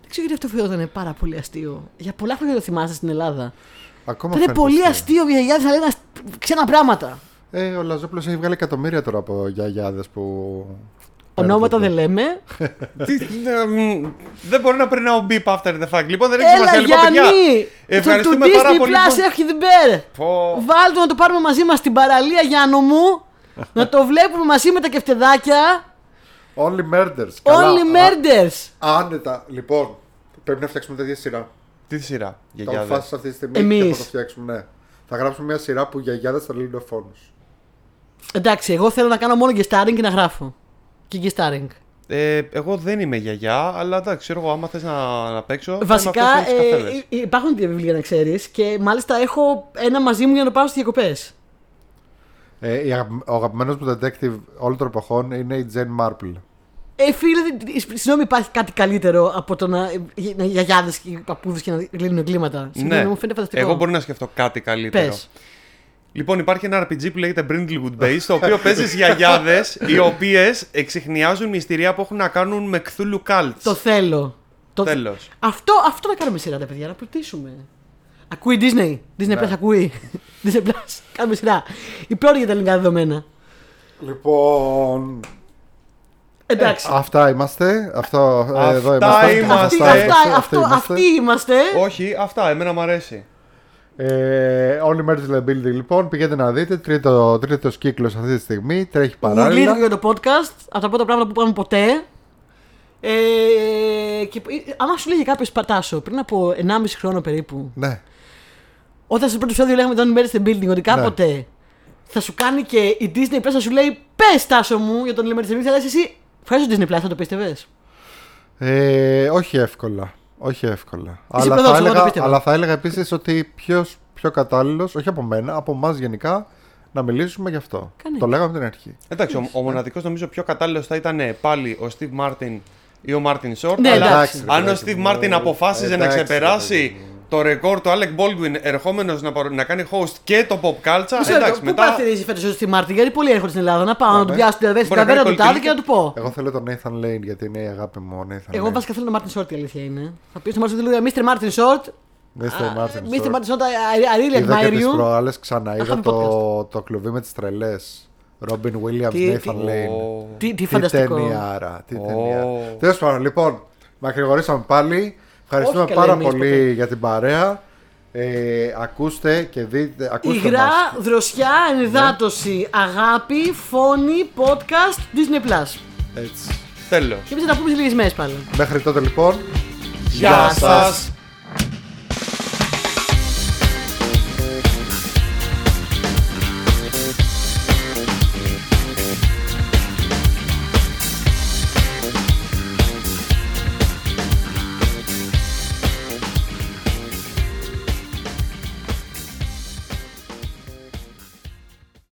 Δεν ξέρω γιατί αυτό φαινόταν πάρα πολύ αστείο. Για πολλά χρόνια το θυμάστε στην Ελλάδα. Ήταν
Ακόμα φαίνεται
πολύ
αστείο.
αστείο οι γιαγιάδε να λένε ασ- ξένα πράγματα.
Ε, ο Λαζόπουλος έχει βγάλει εκατομμύρια τώρα από γιαγιάδες που.
Ονόματα δεν λέμε.
Τι- ναι, μ, δεν μπορεί να περνάω μπίπ after the fact. Λοιπόν, δεν έχει
Έλα,
σημασία. Λοιπόν, παιδιά,
Γιάννη! Το, το
ευχαριστούμε πάρα
Disney
πολύ.
Plus
λοιπόν.
έχει The Bear.
Πω.
Βάλτε να το πάρουμε μαζί μας στην παραλία, Γιάννο μου. να το βλέπουμε μαζί με τα κεφτεδάκια.
Only murders. καλά.
Only murders!
Α, Άνετα, λοιπόν. Πρέπει να φτιάξουμε τέτοια σειρά.
Τι σειρά,
Το έχουμε
γιαγιάδες.
φάσει αυτή τη στιγμή
Εμείς.
και θα το φτιάξουμε, ναι. Θα γράψουμε μια σειρά που γιαγιάδες θα λύνουν φόνου.
Εντάξει, εγώ θέλω να κάνω μόνο guestaring και να γράφω. Και guestaring.
Ε, εγώ δεν είμαι γιαγιά, αλλά εντάξει, ξέρω εγώ, άμα θες να, να παίξω. θα
Βασικά
είμαι αυτός που
ε,
έχεις καφέδες.
υ- υπάρχουν δύο βιβλία να ξέρεις και μάλιστα έχω ένα μαζί μου για να το πάω στις διακοπές.
Ε, η αγαπη- ο αγαπημένος μου detective όλων των εποχών είναι η Jane Marple.
Ε, φίλε, δι- δι- συγγνώμη, υπάρχει κάτι καλύτερο από το να, ε, να γιαγιάδες και παππούδες και να λύνουν εγκλήματα. Συγγνώμη, μου φαίνεται φανταστικό.
Ναι. Εγώ μπορώ να σκεφτώ κάτι καλύτερο.
Πες.
Λοιπόν, υπάρχει ένα RPG που λέγεται Brindlewood Base, το οποίο παίζει γιαγιάδες οι οποίες εξηχνιάζουν μυστηρία που έχουν να κάνουν με Cthulhu Cults.
Το θέλω. Το...
Τέλος.
Αυτό, αυτό να κάνουμε σειρά, τα παιδιά, να πλουτίσουμε. Ακούει Disney. Disney
Ναι.
Plus ακούει. Disney Plus. Κάνουμε σειρά. Η πρώτη για τα ελληνικά δεδομένα.
Λοιπόν.
Εντάξει.
Αυτά είμαστε. Αυτό, ε, εδώ
Αυτά
είμαστε.
είμαστε.
Αυτή,
Αυτά
αυτά, αυτό, αυτοί είμαστε.
Όχι, αυτά, εμένα μου αρέσει.
Ε, Only Merge Liability λοιπόν, πηγαίνετε να δείτε. Τρίτο, τρίτος κύκλος αυτή τη στιγμή, τρέχει
Πολύ
παράλληλα.
για το podcast, από τα πρώτα πράγματα που πάμε ποτέ. Ε, και, ε, άμα σου λέγει κάποιος Πατάσο πριν από 1,5 χρόνο περίπου,
Ναι,
όταν στο πρώτο επεισόδιο λέγαμε τον Μέρι στην Building,
Ναι.
ότι κάποτε θα σου κάνει και η Disney Plus θα σου λέει Πες Τάσο μου για τον Μέρι στην Building, θα λες εσύ Ευχαριστώ Disney Plus, θα το πίστευες.
Ε, όχι εύκολα. Όχι εύκολα. Αλλά
παιδός,
θα,
εγώ το
έλεγα,
πίστευα.
αλλά θα έλεγα επίσης ότι ποιος πιο κατάλληλος, όχι από μένα, από εμάς γενικά, να μιλήσουμε γι' αυτό.
Κανείς.
Το λέγαμε από την αρχή.
Εντάξει,
Ναι.
ο, ο μοναδικός νομίζω πιο κατάλληλος θα ήταν ε, πάλι ο Steve Martin ή ο Martin Short.
Ναι,
αλλά
εντάξει,
αν ο
εντάξει,
Steve
μου,
Martin αποφάσιζε να
εντάξει,
ξεπεράσει το ρεκόρ του Alec Baldwin ερχόμενος να, παρο- να κάνει host και το pop culture. εντάξει,
Πού
μετά.
παρατηρίζει φέτος στη Μάρτιν, γιατί πολλοί έρχονται στην Ελλάδα. Να πάω να του
ναι.
πιάσω την αδέρφη στην
Μπορεί να
ταβέρνα
κάνει
του τάδε και να
κολυμπήθη.
του πω.
Εγώ θέλω τον Nathan Lane γιατί είναι η αγάπη μου. ο Nathan
Εγώ
Ναι.
Lane.
βασικά θέλω τον Μάρτιν Short, η αλήθεια είναι. Θα πει στον Μάρτιν Short, Mr. Μάρτιν Short.
Mr. Martin
Mr.
Short.
Martin Short, I- I- I really
Είδα και
admire
τις
you.
προάλλες ξανά. Είδα
Είχαμε
το, το κλουβί με τις τρελές. Robin Williams,
Τι-
Nathan
τι-
Lane.
Ο-
Τι, τι
Τι
φανταστικό.
ταινιάρα, τι
Ω.
ταινιάρα. Τέλος πάντων, λοιπόν, μακρηγορήσαμε πάλι. Ευχαριστούμε
Όχι, καλέ,
πάρα
εμείς
πολύ
ποτέ.
για την παρέα. Ε, ακούστε και δείτε. Ακούστε
Υγρά,
μας.
δροσιά, ενδάτωση, αγάπη, φόνη, podcast, Disney+. Plus.
Έτσι.
Τέλο.
Και εμείς θα τα πούμε σε λίγες μέρες πάλι.
Μέχρι τότε λοιπόν.
Γεια σας.